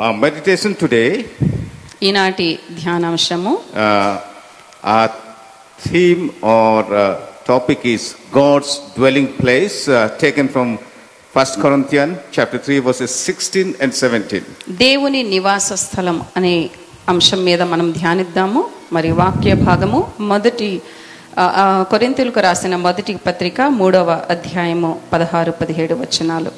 Our meditation today, ఈనాటి ధ్యానాంశము uh, our theme or uh, topic is God's dwelling place, uh, taken from 1 Corinthians chapter 3, verses 16 and 17. దేవుని నివాస స్థలం అనే అంశం మీద మనం ధ్యానిద్దాము మరి వాక్య భాగము మొదటి ఆ, ఆ, కొరింథీయులకు రాసిన మొదటి పత్రిక మూడవ అధ్యాయము పదహారు పదిహేడు వచనాలు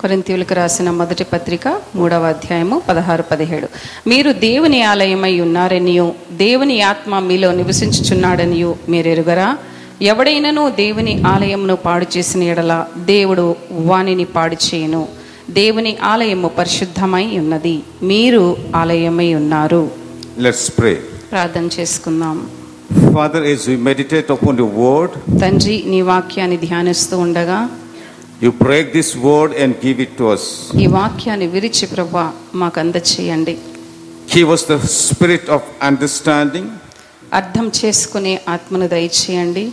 కొరింథీయులకు రాసిన మొదటి పత్రిక మూడవ అధ్యాయము పదహారు పదిహేడు మీరు దేవుని ఆలయమై ఉన్నారనియు దేవుని ఆత్మ మీలో నివసించుచున్నాడనియు మీరెరుగరా ఎవడైనను దేవుని ఆలయమును పాడు చేసిన ఎడల దేవుడు వానిని పాడు చేయను దేవుని ఆలయము పరిశుద్ధమై ఉన్నది మీరు ఆలయమై ఉన్నారు Let's pray. ప్రార్థన చేసుకుందాం Father, as we meditate upon your word, తండ్రి నీ వాక్యాన్ని ధ్యానిస్తూ ఉండగా you break this word and give it to us. ఈ వాక్యాన్ని విరిచి ప్రభా మాకు అందచేయండి Give us the spirit of understanding అర్థం చేసుకునే ఆత్మను దయచేయండి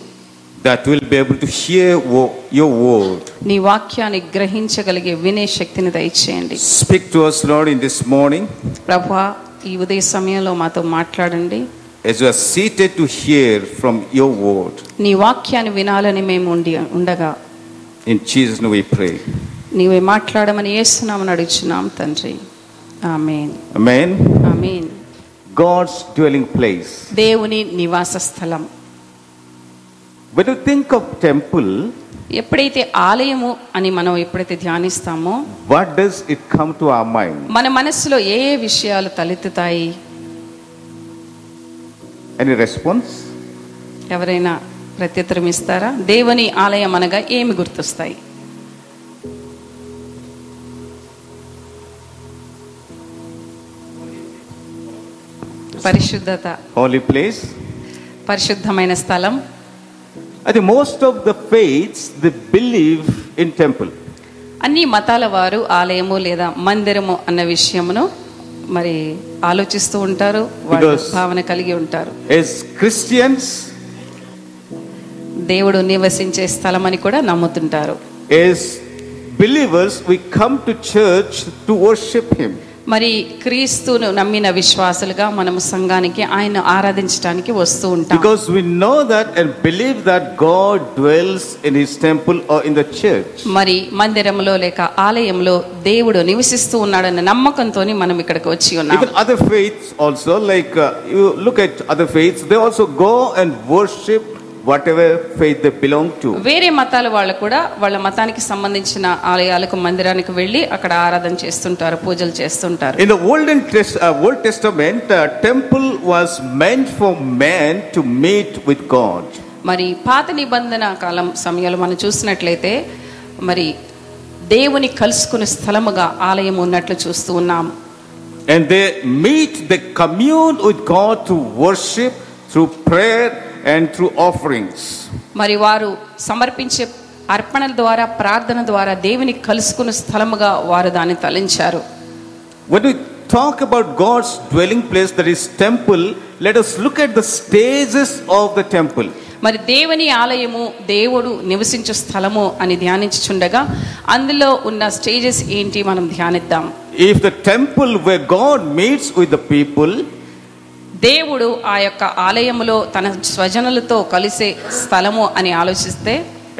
that we'll be able to hear wo- your word. నీ వాక్యాన్ని గ్రహించగలిగే వినే శక్తిని దయచేయండి Speak to us, Lord, in this morning ప్రభా ఈ ఉదయ సమయంలో మాతో మాట్లాడండి as we are seated to hear from your word. నీ వాక్యాన్ని వినాలని మేము ఉండి ఉండగా In Jesus' name we pray. నీవే మాట్లాడమని ఏస్తున్నామని అడుగుచున్నాం తండ్రి amen Amen. Amen God's dwelling place. దేవుని నివాస స్థలం When you think of temple, ఎప్పుడైతే ఆలయము అని మనం ఎప్పుడైతే ధ్యానిస్తామో what does it come to our mind? మన మనసులో ఏ ఏ విషయాలు తలెత్తుతాయి Any response? ఎవరైనా ప్రత్యుత్తరం ఇస్తారా దేవుని ఆలయం అనగా ఏమి గుర్తొస్తాయి పరిశుద్ధత Holy place? పరిశుద్ధమైన స్థలం I think most of the faiths they believe in temple. అన్ని మతాల వారు ఆలయము లేదా మందిరము అన్న విషయమును మరి ఆలోచిస్తూ ఉంటారు వాళ్ళు Because- భావన కలిగి ఉంటారు As Christians, దేవుడు నివసించే స్థలం అని కూడా నమ్ముతుంటారు as believers, we come to church to worship Him. మరి క్రీస్తును నమ్మిన విశ్వాసులుగా మనము సంఘానికి ఆయన ఆరాధించడానికి వస్తూ ఉంటాం Because we know that and believe that God dwells in His temple or in the church. మరి మందిరంలో లేక ఆలయంలో దేవుడు నివసిస్తూ ఉన్నాడన్న నమ్మకంతో మనం ఇక్కడికి వచ్చి ఉన్నాం Even other faiths also, like uh, you look at other faiths, they also go and worship whatever faith they belong to. వేరే మతాల వాళ్ళు కూడా వాళ్ళ మతానికి సంబంధించిన ఆలయాలకు మందిరానికి వెళ్ళి అక్కడ ఆరాధన చేస్తుంటారు పూజలు చేస్తుంటారు In the Olden Test, uh, Old Testament, uh, temple was meant for man to meet with God. మరి పాత నిబంధన కాలం సమయంలో మనం చూసినట్లయితే మరి దేవుని కలుసుకునే స్థలముగా ఆలయం ఉన్నట్లు చూస్తూ ఉన్నాము And they meet, they commune with God through worship, through prayer, and through offerings. మరి వారు సమర్పించే అర్పణల ద్వారా ప్రార్థన ద్వారా దేవుని కలుసుకున్న స్థలముగా వారు దాన్ని తలంచారు When we talk about God's dwelling place, that is temple, let us look at the stages of the temple. మరి దేవుని ఆలయము దేవుడు నివసించు స్థలము అని ధ్యానించుచుండగా అందులో ఉన్న స్టేజెస్ ఏంటి మనం ధ్యానిద్దాం If the temple where God meets with the people, దేవుడు ఆ యొక్క ఆలయములో తన స్వజనులతో కలిసే స్థలము అని ఆలోచిస్తే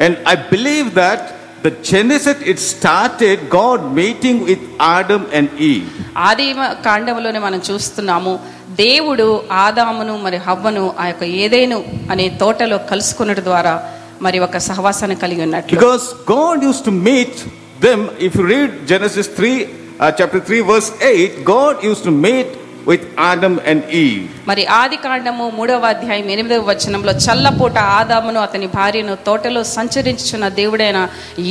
and I believe that the Genesis it started God meeting with Adam and Eve. ఆదిమ కాండంలోనే మనం చూస్తున్నాము దేవుడు ఆదామును మరి హవ్వను ఆ యొక్క ఏదేను అనే తోటలో కలుసుకున్నటు ద్వారా మరి ఒక సహవాసాన్ని కలిగి ఉన్నట్లు Because God used to meet them, if you read Genesis 3, uh, chapter 3, verse 8, God used to meet with Adam and Eve. మరి ఆది కాండము మూడవ అధ్యాయం ఎనిమిదవ వచనంలో చల్లపూట ఆదామును అతని భార్యను తోటలో సంచరించుచున్న దేవుడైన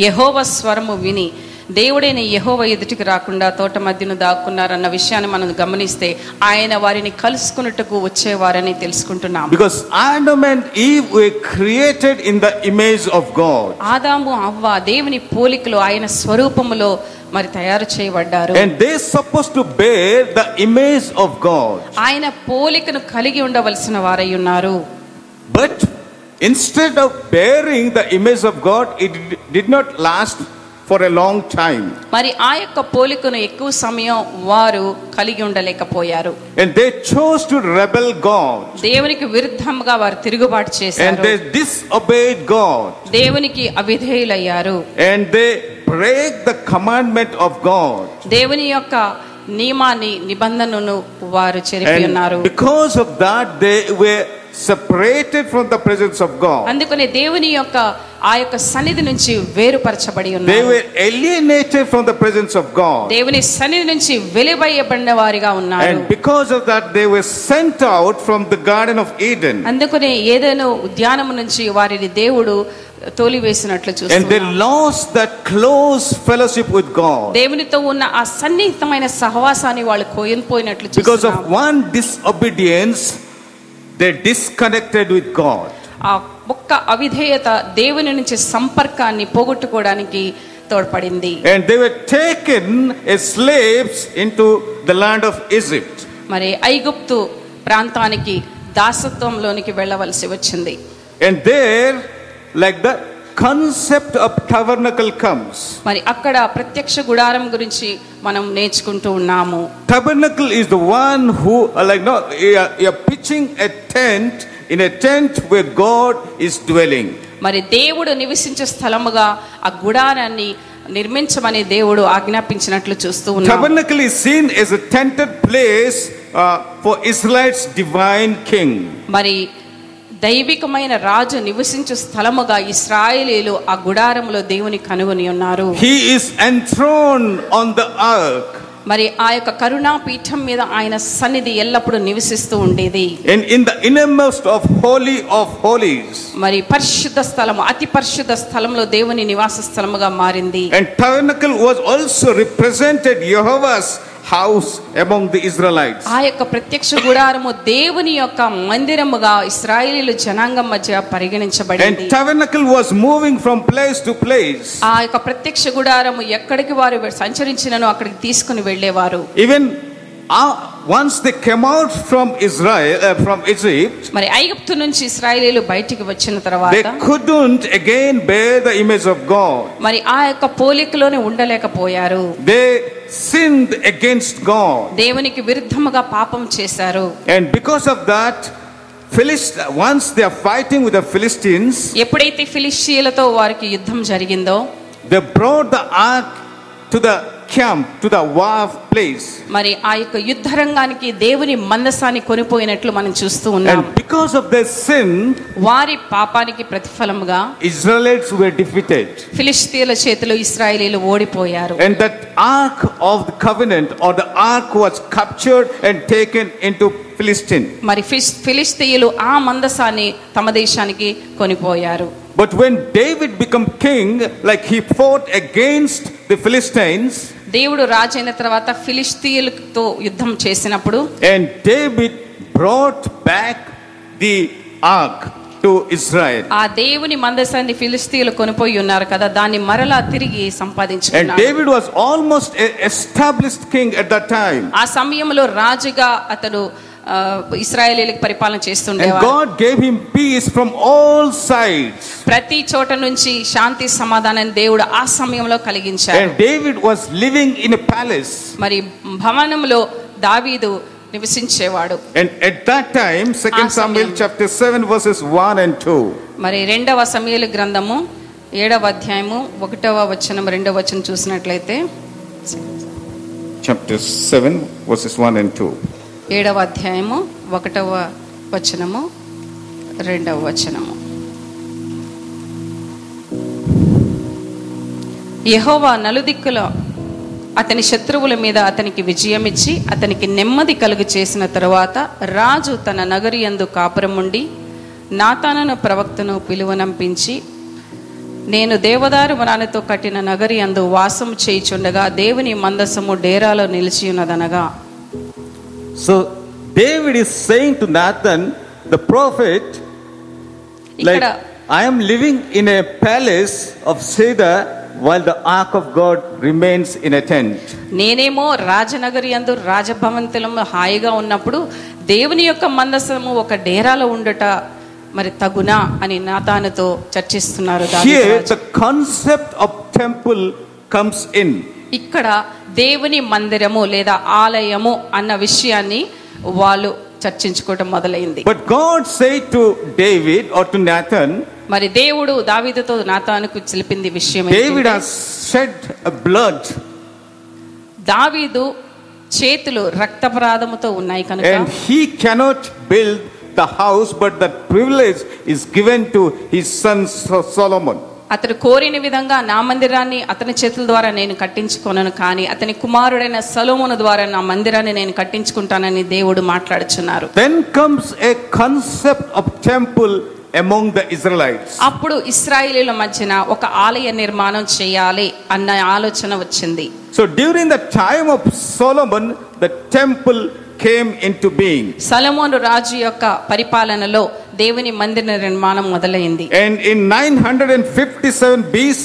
యహోవ స్వరము విని దేవుడైన యహోవ ఎదుటికి రాకుండా తోట మధ్యను దాక్కున్నారన్న విషయాన్ని మనం గమనిస్తే ఆయన వారిని కలుసుకున్నట్టుకు వచ్చేవారని తెలుసుకుంటున్నాం Because Adam and Eve were created in the image of God. ఆదాము అవ్వ దేవుని పోలికలో ఆయన స్వరూపములో మరి తయారు చేయబడ్డారు And they're supposed to bear the image of God. ఆయన పోలికను కలిగి ఉండవలసిన వారై ఉన్నారు But instead of bearing the image of God, it did not last for a long time. మరి ఆ యొక్క పోలికను ఎక్కువ సమయం వారు కలిగి ఉండలేకపోయారు And they chose to rebel God. దేవునికి విరుద్ధంగా వారు తిరుగుబాటు And చేశారు they disobeyed God. దేవునికి అవిధేయులయ్యారు And they break the commandment of God. దేవుని యొక్క నియమాన్ని నిబంధనను వారు చెరిపి ఉన్నారు And because of that, they were separated from the presence of God. అందుకనే దేవుని యొక్క ఆ యొక్క సన్నిధి నుంచి వేరుపరచబడి They ఉన్నారు were alienated from the presence of God. దేవుని సన్నిధి నుంచి వెలువయ్యబడిన వారిగా ఉన్నారు And because of that, they were sent out from the Garden of Eden. అందుకనే ఏదైనా ఉద్యానం నుంచి వారిని దేవుడు తోలివేసినట్లు And they చూస్తున్నాం lost that close fellowship with God దేవునితో ఉన్న ఆ సన్నిహితమైన సహవాసాన్ని వాళ్ళు కోల్పోయినట్లు because చూస్తున్నాం of one disobedience. They disconnected with God. ఆ ఒక్క అవిధేయత దేవుని నుంచి సంపర్కాన్ని పోగొట్టుకోవడానికి తోడ్పడింది And they were taken as slaves into the land of Egypt. మరి ఐగుప్తు ప్రాంతానికి దాసత్వంలోనికి వెళ్ళవలసి వచ్చింది And there, like the concept of tabernacle comes. మరి అక్కడ ప్రత్యక్ష గుడారం గురించి మనం నేర్చుకుంటూ ఉన్నాము Tabernacle is the one who, uh, like, no, you're, you're pitching a tent in a tent where God is dwelling. మరి దేవుడు నివసించే స్థలముగా ఆ గుడారాన్ని నిర్మించమని దేవుడు ఆజ్ఞాపించినట్లు చూస్తూ ఉన్నాము Tabernacle is seen as a tented place uh, for Israel's divine king. మరి దైవికమైన రాజు నివసించే స్థలముగా ఇస్రాయేలీలు ఆ గుడారములో దేవుని కనుగొని ఉన్నారు He is enthroned on the ark, మరి ఆ యొక్క కరుణా పీఠం మీద ఆయన సన్నిధి ఎల్లప్పుడూ నివసిస్తూ ఉండేది and in the innermost of holy of holies. మరి పరిశుద్ధ స్థలము అతి పరిశుద్ధ స్థలంలో దేవుని నివాస స్థలముగా మారింది And tabernacle was also represented Jehovah's house among the Israelites. ఆ యొక్క ప్రత్యక్ష గుడారము దేవుని యొక్క మందిరముగా ఇస్రాయేలీలు జనాంగం మధ్య పరిగణించబడింది And tabernacle was moving from place to place. ఆ యొక్క ప్రత్యక్ష గుడారము ఎక్కడికి వారు సంచరించినను అక్కడికి తీసుకుని వెళ్ళేవారు Even uh, once they came out from Israel, uh, from Egypt, మరి ఐగుప్తు నుంచి ఇస్రాయేలీలు బయటికి వచ్చిన they తర్వాత couldn't again bear the image of God. మరి ఆ యొక్క పోలికలోనే ఉండలేకపోయారు They sinned against God. దేవునికి విరుద్ధముగా పాపం చేశారు And because of that, Philist- once they are fighting with the Philistines, ఎప్పుడైతే ఫిలిషియలతో వారికి యుద్ధం జరిగిందో they brought the ark to the camp, to the war place. మరి ఆ యొక్క యుద్ధ రంగానికి దేవుని మందసాన్ని కొనిపోయినట్లు మనం చూస్తూ ఉన్నాం And because of their sin, వారి పాపానికి ప్రతిఫలముగా Israelites were defeated. ఫిలిస్తీన్ల చేతిలో ఇస్రాయేలీలు ఓడిపోయారు And that ark of the covenant or the ark was captured and taken into Philistine. మరి ఫిస్- ఫిలిస్తీయులు ఆ మందసాన్ని తమ దేశానికి కొనిపోయారు But when David became king, like he fought against the Philistines, దేవుడు రాజైన తర్వాత ఫిలిస్తీయులతో యుద్ధం చేసినప్పుడు and David brought back the ark to Israel. ఆ దేవుని మందసాన్ని ఫిలిస్తీయులు కొనిపోయి ఉన్నారు కదా దాన్ని మరలా తిరిగి And సంపాదించుకున్నారు David was almost a established king at that time. ఆ సమయంలో రాజుగా అతడు ఆ, ఇస్రాయేలీలకు పరిపాలన And చేస్తుండేవాడు God gave him peace from all sides. ప్రతి చోట నుంచి శాంతి సమాధానాన్ని దేవుడు ఆ సమయంలో కలిగించాడు And David was living in a palace. మరి భవనంలో దావీదు నివసించేవాడు And at that time, Second Samuel chapter 7, verses 1 and 2. మరి రెండవ సమయలు గ్రంథము ఏడవ అధ్యాయము ఒకటవ వచనం రెండవ వచనం చూసినట్లయితే Chapter 7, verses 1 and 2. ఏడవ అధ్యాయము ఒకటవ వచనము రెండవ వచనము యెహోవా నలుదిక్కుల అతని శత్రువుల మీద అతనికి విజయం ఇచ్చి అతనికి నెమ్మది కలుగు చేసిన తరువాత రాజు తన నగరి యందు కాపురముండి నాతానను ప్రవక్తను పిలువనంపించి నేను దేవదారు వనాలతో కట్టిన నగరి అందు వాసం చేయుచుండగా దేవుని మందసము డేరాలో నిలిచియున్నదనగా So David is saying to Nathan, the prophet, like, ఇక్కడ I am living in a palace of cedar while the ark of God remains in a tent. నేనేమో రాజనగరి అందు రాజభవంతులము హాయిగా ఉన్నప్పుడు దేవుని యొక్క మందసము ఒక డేరాలో ఉండుట మరి తగునా అని నాతానుతో చర్చిస్తున్నారు దావీదు Here, Raju. the concept of temple comes in. ఇక్కడ దేవుని మందిరము లేదా ఆలయము అన్న విషయాన్ని వాళ్ళు చర్చించుకోవటం మొదలైంది But God said to David or to Nathan, మరి దేవుడు దావీదుతో నాతానుకు తెలిపింది విషయం David ఏంటంటే, has shed a blood దావీదు చేతులు రక్తపరాధముతో ఉన్నాయి కనుక and he cannot build the house, but that privilege is given to his son So- Solomon. అతడు కోరిన విధంగా నా మందిరాన్ని అతని చేతుల ద్వారా నేను కట్టించుకొనను కానీ అతని కుమారుడైన సలోమును ద్వారా నా మందిరాన్ని నేను కట్టించుకుంటానని దేవుడు మాట్లాడుచున్నారు Then comes a concept of temple among the Israelites. అప్పుడు ఇస్రాయేలీల మధ్యన ఒక ఆలయ నిర్మాణం చేయాలి అన్న ఆలోచన వచ్చింది So during the time of Solomon, the temple came into being. సలమోను రాజు యొక్క పరిపాలనలో దేవుని మందిర నిర్మాణం మొదలైంది And in 957 BC,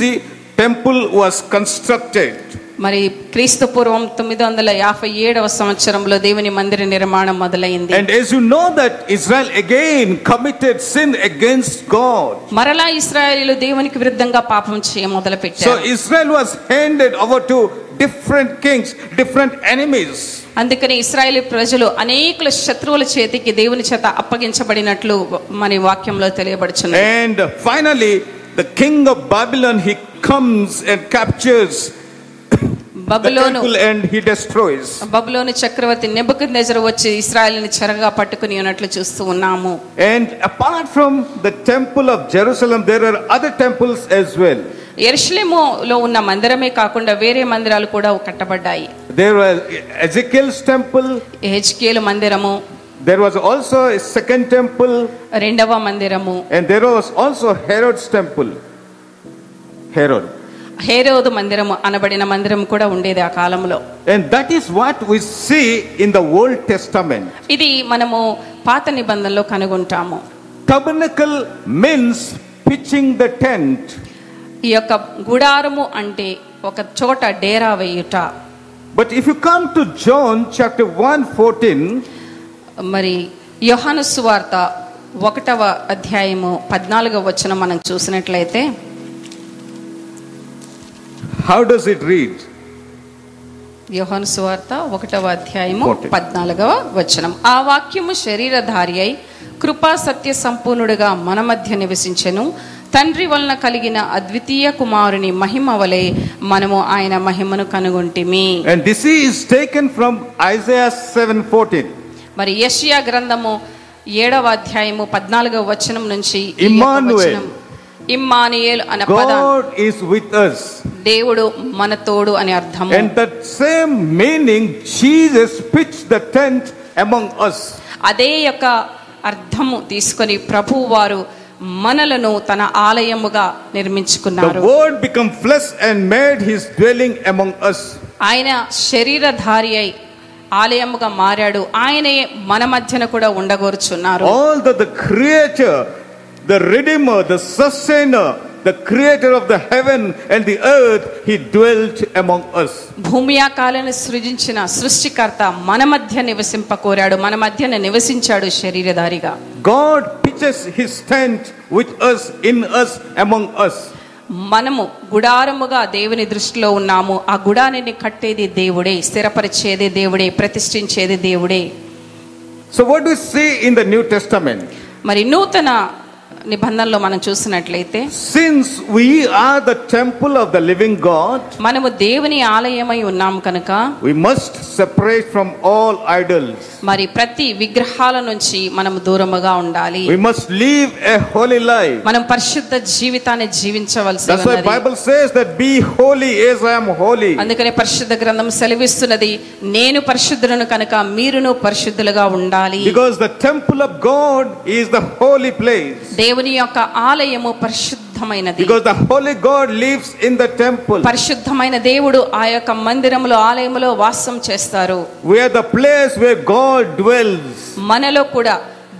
temple was constructed. మరి క్రీస్తు పూర్వం తొమ్మిది వందల యాభై ఏడవ సంవత్సరంలో దేవుని మందిర నిర్మాణం మొదలైంది And as you know that Israel again committed sin against God. మరలా ఇస్రాయేలీలు దేవునికి విరుద్ధంగా పాపం చేయ మొదలుపెట్టారు So Israel was handed over to different kings, different enemies. అందుకని ఇస్రాయేలీ ప్రజలు అనేకుల శత్రువుల చేతికి దేవుని చేత అప్పగించబడినట్లు మరి వాక్యంలో తెలియబడుచున్నది And finally, the king of Babylon, he comes and captures the Babylon temple and he destroys. బబులోని చక్రవర్తి నెబుకు నెజరు వచ్చి ఇస్రాయేల్ని చెరగా పట్టుకుని ఉన్నట్లు చూస్తూ ఉన్నాము And apart from the temple of Jerusalem, there are other temples as well. ఎరుషలేములో ఉన్న మందిరమే కాకుండా వేరే మందిరాలు కూడా కట్టబడ్డాయి There was Ezekiel's temple. హెచ్కేలు మందిరము There was also a second temple. రెండవ మందిరము And there was also Herod's temple. Herod. హేరోదు మందిరము అనబడిన మందిరం కూడా ఉండేది ఆ కాలంలో And that is what we see in the Old Testament. ఇది మనము పాత నిబంధనలో కనుగొంటాము Tabernacle means pitching the tent. ఈ యొక్క గుడారము అంటే ఒక చోట డేరా వేయుట But if you come to John chapter 1 14, మరి యోహాను సువార్త ఒకటవ అధ్యాయము పద్నాలుగవ వచనం మనం చూసినట్లయితే how does it read? యోహాను సువార్త ఒకటవ అధ్యాయము Okay. పద్నాలుగవ వచనం ఆ వాక్యము శరీరధారి అయి కృపా సత్య సంపూర్ణుడుగా మన మధ్య నివసించెను తండ్రి వలన కలిగిన అద్వితీయ కుమారుని మహిమ వలె మనము ఆయన మహిమను కనుగొంటిమి And this is taken from Isaiah 7 14. మరి యెషయా గ్రంథము ఏడవ అధ్యాయము పద్నాలుగవ వచనం నుంచి ఈ యొక్క ఇమ్మానుయేల్. వచనం ఇమ్మానుయేల్ అన్న పదం God is with us. దేవుడు మన తోడు అని అర్థము And that same meaning, Jesus pitched the tent among us. అదే యొక్క అర్థము తీసుకొని ప్రభు వారు మనలను తన ఆలయముగా The నిర్మించుకున్నారు word became flesh and made his dwelling among us. ఆయన శరీరధారి అయి ఆలయముగా మారాడు ఆయనే మన మధ్యన కూడా ఉండగోరుచున్నారు All that the creator, the redeemer, the sustainer, the creator of the heaven and the earth, he dwelt among us. భూమి ఆకాలను సృజించిన సృష్టికర్త మన మధ్య నివసింప కోరాడు మన మధ్యన నివసించాడు శరీరధారిగా God pitches his tent with us, in us, among us. మనము గుడారముగా దేవుని దృష్టిలో ఉన్నాము ఆ గుడారాన్ని కట్టేది దేవుడే స్థిరపరిచేది దేవుడే ప్రతిష్ఠించేది దేవుడే So, what do we see in the New Testament? మరి నూతన నిబంధనలో మనం చూసినట్లయితే Since we are the temple of the living God, మనము దేవుని ఆలయమై ఉన్నాము కనుక we must separate from all idols. మరి ప్రతి విగ్రహాల నుంచి మనం దూరముగా ఉండాలి We must live a holy life. మనం పరిశుద్ధ జీవితాన్ని జీవించవలసి That's why ఉన్నది. Bible says that be holy as I am holy. అందుకనే పరిశుద్ధ గ్రంథం సెలవిస్తున్నది నేను పరిశుద్ధులను కనుక మీరును పరిశుద్ధులుగా ఉండాలి Because the temple of God is the holy place. దేవుని యొక్క ఆలయము పరిశుద్ధమైనది Because the holy God lives in the temple. పరిశుద్ధమైన దేవుడు ఆ యొక్క మందిరములో ఆలయములో వాసం చేస్తారు We are the place where God dwells. మనలో కూడా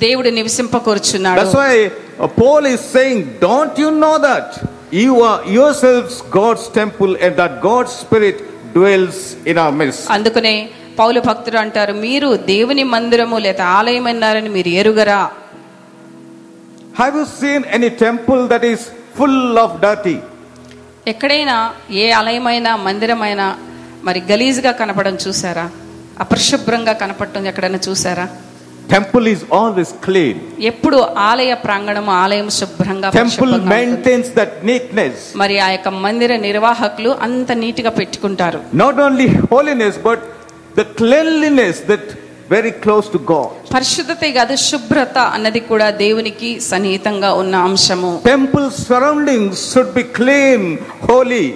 దేవుడు నివసింపకూర్చున్నాడు That's why uh, Paul is saying, Don't you know that? You are yourselves God's temple and that God's Spirit dwells in our midst. అందుకనే పౌలు భక్తుడు అంటారు మీరు దేవుని మందిరము లేదా ఆలయమన్నారని మీరు ఎరుగరా Have you seen any temple that is full of dirty? ఎక్కడైనా ఏ ఆలయమైనా మందిరమైనా మరి గలీజ్గా కనపడడం చూసారా అపరిశుభ్రంగా కనపడటం ఎక్కడైనా చూసారా Temple is always clean. ఎప్పుడు ఆలయ ప్రాంగణము ఆలయం శుభ్రంగా Temple పరిశుభ్రంగా ఉంటుంది. maintains that neatness. మరి ఆ యొక్క మందిర నిర్వాహకులు అంత నీట్గా పెట్టుకుంటారు Not only holiness, but the cleanliness that very close to God. పరిశుద్ధతే కాదు శుభ్రత అన్నది కూడా దేవునికి సన్నిహితంగా ఉన్న అంశము Temple surroundings should be clean, holy.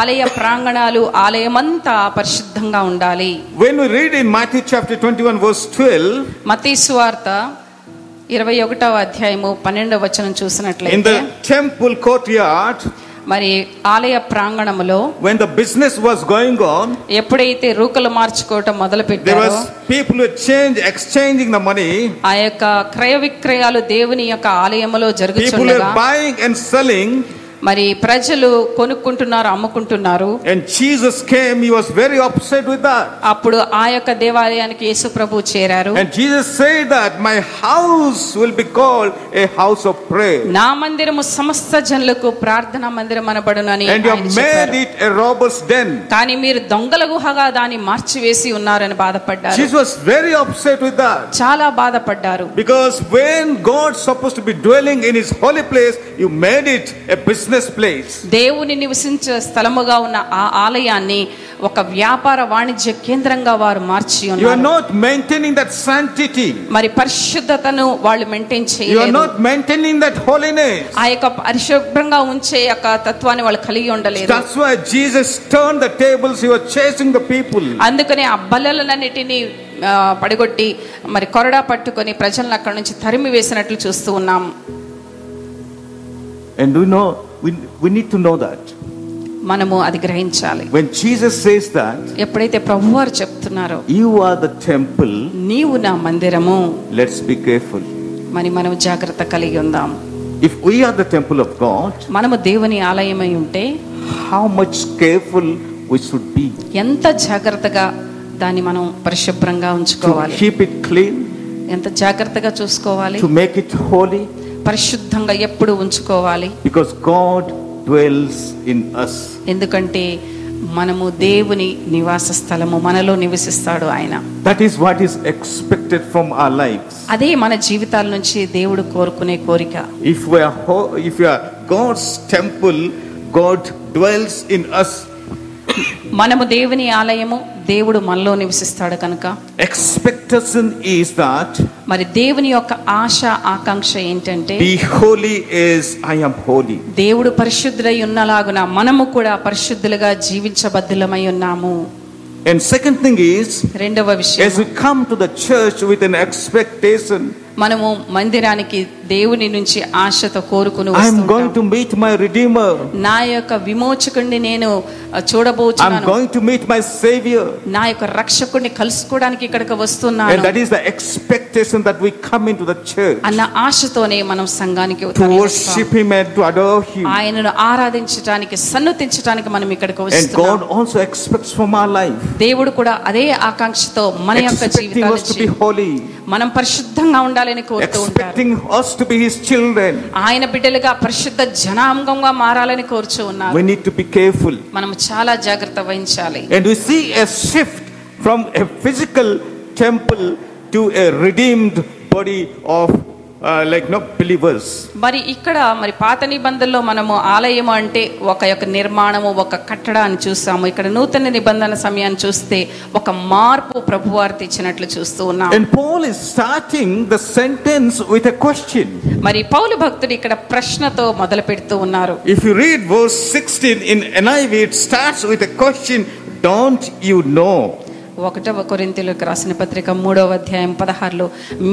ఆలయ ప్రాంగణాలు ఆలయమంతా పరిశుద్ధంగా ఉండాలి When we read in Matthew chapter 21, verse 12, మతీశ్వార్త ఇరవై ఒకటవ అధ్యాయము పన్నెండవ వచనం in చూసినట్లయితే the temple courtyard, మరి ఆలయ ప్రాంగణములో when the business was going on, ఎప్పుడైతే రూకలు మార్చుకోవటం మొదలు there పెట్టారో was people were change, exchanging the money. ఆ యొక్క క్రయ విక్రయాలు దేవుని యొక్క ఆలయములో People జరుగుతుండగా were buying and selling. మరి ప్రజలు కొనుక్కుంటున్నారు అమ్ముకుంటున్నారు And Jesus came, he was very upset with that. అప్పుడు ఆ యొక్క దేవాలయానికి యేసు ప్రభు చేరారు And Jesus said that my house will be called a house of prayer. నా మందిరము సమస్త జనులకు ప్రార్థనా మందిరం అనబడును అని And you ఆయన have చెప్పారు. made it a robber's den. కానీ మీరు దొంగల గుహగా దాన్ని మార్చివేసి ఉన్నారని బాధపడ్డారు Jesus was very upset with that. చాలా బాధపడ్డారు Because when God's supposed to be dwelling in his holy place, you made it a business place. దేవుని నివసించే స్థలముగా ఉన్న ఆ ఆలయాన్ని ఒక వ్యాపార వాణిజ్య కేంద్రంగా వారు మార్చి You are ఉన్నారు not maintaining that sanctity. మరి పరిశుద్ధతను వాళ్ళు మెయింటైన్ You are చేయలేదు not maintaining that holiness. ఆ యొక్క పరిశుభ్రంగా ఉంచే యొక్క తత్వాన్ని వాళ్ళు కలిగి ఉండలేదు That's why Jesus turned the tables, he was chasing the people. అందుకనే ఆ బలలన్నిటినీ ఆ, పడగొట్టి మరి కొరడా పట్టుకొని ప్రజలను అక్కడ నుంచి తరిమి వేసినట్లు చూస్తూ ఉన్నాం And we know, we, we need to know that. మనము అది గ్రహించాలి When Jesus says that, ఎప్పుడైతే ప్రభువారు చెప్తున్నారో you are the temple, నీవు నా మందిరము let's be careful. మరి మనం జాగ్రత్త కలిగి ఉందాం If we are the temple of God, మనము దేవుని ఆలయమై ఉంటే how much careful we should be ఎంత జాగ్రత్తగా దాన్ని మనం పరిశుభ్రంగా to ఉంచుకోవాలి keep it clean, ఎంత జాగ్రత్తగా చూసుకోవాలి to make it holy, పరిశుద్ధంగా ఎప్పుడు ఉంచుకోవాలి because God dwells in us. ఎందుకంటే మనము దేవుని నివాస స్థలము మనలో నివసిస్తాడు ఆయన That is what is expected from our lives. అదే మన జీవితాల నుంచి దేవుడు కోరుకునే కోరిక If we are, ho- if we are God's temple, God dwells in us. మనము దేవుని ఆలయము దేవుడు మనలో నివసిస్తాడు కనుక Expectation is that మరి దేవుని యొక్క ఆశ ఆకాంక్ష ఏంటంటే be holy as I am holy. దేవుడు పరిశుద్ధులై ఉన్నలాగున మనము కూడా పరిశుద్ధులుగా జీవించబద్ధులమై ఉన్నాము And second thing is, రెండవ విషయం as we come to the church with an expectation, మనము మందిరానికి దేవుని నుంచి ఆశతో కోరుకుని I am going వస్తుంటాం to meet my Redeemer. నా యొక్క విమోచకుణ్ణి నేను ఆ, I'm చూడబోచున్నాను going to meet my Savior. నా యొక్క రక్షకుణ్ణి కలుసుకోవడానికి ఇక్కడికి And that వస్తున్నాను is the expectation that we come into the church అన్న ఆశతోనే మనం సంఘానికి to తరలి worship వస్తాం. Him and to adore Him. ఆయనను ఆరాధించడానికి సన్నుతించడానికి మనం ఇక్కడికి And God వస్తున్నాం also expects from our life, దేవుడు కూడా అదే ఆకాంక్షతో మన యొక్క expecting జీవితాల us to be నుంచి holy, మనం పరిశుద్ధంగా ఉండాలని కోరుతూ ఉంటారు expecting us to be His children. ఆయన బిడ్డలుగా పరిశుద్ధ జనాంగంగా మారాలని కోరుచూ ఉన్నారు We need to be careful. మనం చాలా జాగ్రత్త వహించాలి And we see a shift from a physical temple to a redeemed body of uh, like no believers. మరి ఇక్కడ మరి పాత నిబంధనలో మనము ఆలయం అంటే ఒక యొక్క నిర్మాణము ఒక కట్టడాన్ని చూస్తాము ఇక్కడ నూతన నిబంధన సమయాన్ని చూస్తే ఒక మార్పు ప్రభువారు తెచ్చినట్లు చూస్తూ ఉన్నాం And Paul is starting the sentence with a question. మరి పౌలు భక్తుడు ఇక్కడ ప్రశ్నతో మొదలు పెడుతూ ఉన్నారు If you read verse 16 in NIV, it starts with a question Don't you know? ఒకటవ కొరింథీయులకు రాసిన పత్రిక మూడవ అధ్యాయం పదహారులో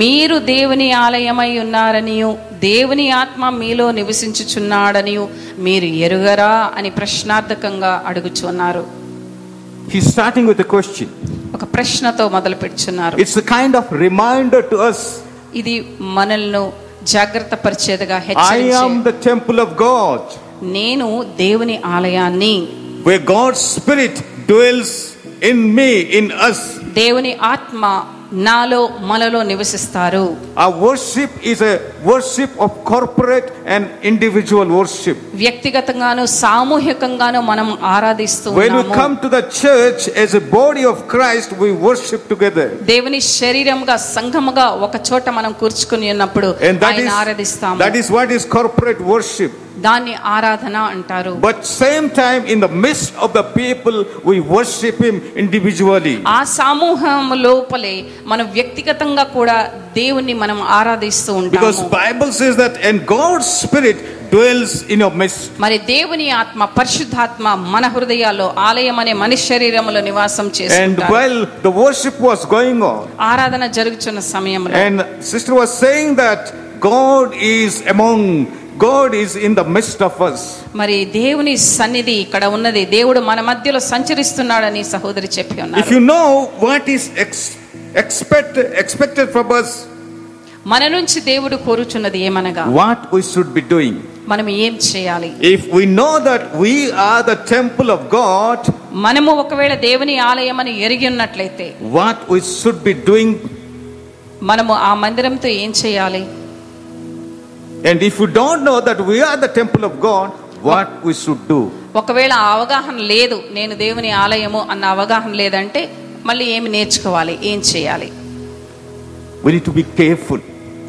మీరు దేవుని ఆలయమై ఉన్నారనియు దేవుని ఆత్మ మీలో నివసించుచున్నాడనియు మీరు ఎరుగరా అని ప్రశ్నార్థకంగా అడుగుచున్నారు He's starting with a question. ఒక ప్రశ్నతో మొదలు పెడుచున్నారు It's a kind of reminder to us ఇది మనల్ని జాగ్రత్త పరిచేదిగా I am హెచ్చరించే the temple of God, నేను దేవుని ఆలయాన్ని where God's Spirit dwells in me, in us. దేవుని ఆత్మ నాలో మనలో నివసిస్తారు Our worship is a worship of corporate and individual worship. వ్యక్తిగతంగాను సామూహికంగాను మనం ఆరాధిస్తూ When we ఉన్నాము. come to the church as a body of Christ, we worship together. దేవుని శరీరముగా సంఘముగా ఒక చోట మనం కూర్చుకుని ఉన్నప్పుడు And that ఆయన is, ఆరాధిస్తాము that is what is corporate worship. దాన్ని ఆరాధన అంటారు But same time, in the midst of the people, we worship Him individually. ఆ సమూహం లోపలే మనం వ్యక్తిగతంగా కూడా దేవుణ్ణి మనం ఆరాధిస్తూ Because ఉంటాము Bible says that, and God's Spirit dwells in your midst. మరి దేవుని ఆత్మ పరిశుద్ధాత్మ మన హృదయాల్లో ఆలయం అనే మనిషి శరీరములో నివాసం And చేస్తుంటారు while the worship was going on, ఆరాధన జరుగుతున్న సమయంలో and sister was saying that God is among, God is in the midst of us. మరి దేవుని సన్నిధి ఇక్కడ ఉన్నది దేవుడు మన మధ్యలో సంచరిస్తున్నాడని సహోదరి చెప్పి If ఉన్నారు you know what is ex- expect, expected from us, మన నుంచి దేవుడు కోరుచున్నది ఏమనగా what we should be doing. మనం ఏం చేయాలి If we know that we are the temple of God, మనము ఒకవేళ దేవుని ఆలయం అని ఎరిగి ఉన్నట్లయితే what we should be doing. మనము ఆ మందిరంతో ఏం చేయాలి And if you don't know that we are the temple of God, what we should do. ఒకవేళ ఆ అవగాహన లేదు నేను దేవుని ఆలయము అన్న అవగాహన లేదంటే మళ్ళీ ఏమి నేర్చుకోవాలి ఏం చేయాలి We need to be careful.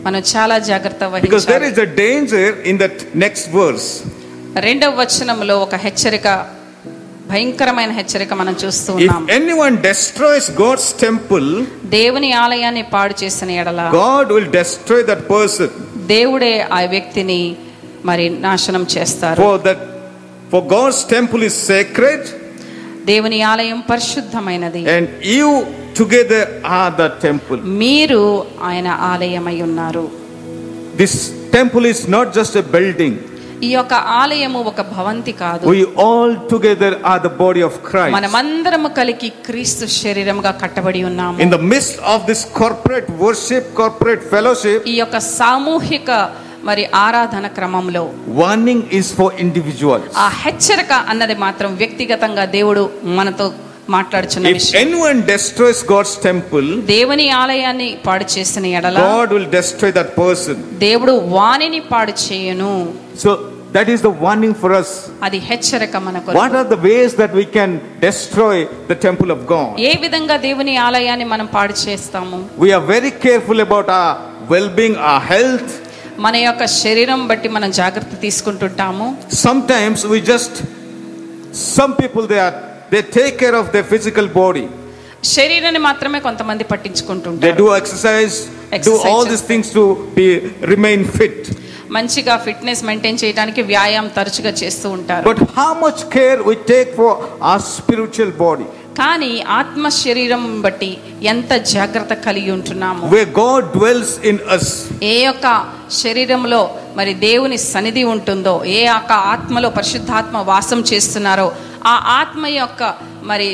మనం చాలా జాగ్రత్త Because there is వహించాలి a danger in that next verse. రెండవ వచనంలో ఒక హెచ్చరిక భయంకరమైన హెచ్చరిక మనం చూస్తూ ఉన్నాం If anyone destroys God's temple, దేవుని ఆలయాన్ని పాడు చేసిన ఎడల God will destroy that person. దేవుడే ఆ వ్యక్తిని మరి నాశనం చేస్తారు For that for God's temple is sacred దేవుని ఆలయం పరిశుద్ధమైనది And you together are the temple. మీరు ఆయన ఆలయమై ఉన్నారు This temple is not just a building. ఈ యొక్క ఆలయము ఒక భవంతి కాదు We all together are the body of Christ. మనమందరము కలిగి క్రీస్తు శరీరముగా కట్టబడి ఉన్నాము In the midst of this corporate worship, corporate fellowship, ఈ యొక్క సామూహిక మరి ఆరాధన క్రమంలో warning is for individuals. ఆ హెచ్చరిక అన్నది మాత్రం వ్యక్తిగతంగా దేవుడు మనతో మాట్లాడుచున్న If విషయం anyone destroys God's temple, దేవుని ఆలయాన్ని పాడు చేసిన ఎడల God will destroy that person. దేవుడు వాణిని పాడు చేయను So that is the warning for us. అది హెచ్చరిక మనకు What are the ways that we can destroy the temple of God? ఏ విధంగా దేవుని ఆలయాన్ని మనం పాడు చేస్తాము We are very careful about our well-being, our health, మన యొక్క శరీరం బట్టి మనం జాగ్రత్త తీసుకుంటుంటాము sometimes we just some people they are they take care of their physical body శరీరాన్ని మాత్రమే కొంతమంది they పట్టించుకుంటుంటారు do exercise, do Exercise all these things to be remain fit మంచిగా ఫిట్నెస్ మెయింటైన్ చేయడానికి వ్యాయామం తరచుగా చేస్తూ ఉంటారు but how much care we take for our spiritual body కానీ ఆత్మ శరీరం బట్టి ఎంత జాగ్రత్త కలిగి ఉంటున్నాము where god dwells in us ఏ యొక్క శరీరంలో మరి దేవుని సన్నిధి ఉంటుందో ఏ యొక్క ఆత్మలో పరిశుద్ధాత్మ వాసం చేస్తున్నారో ఆ ఆత్మ యొక్క మరి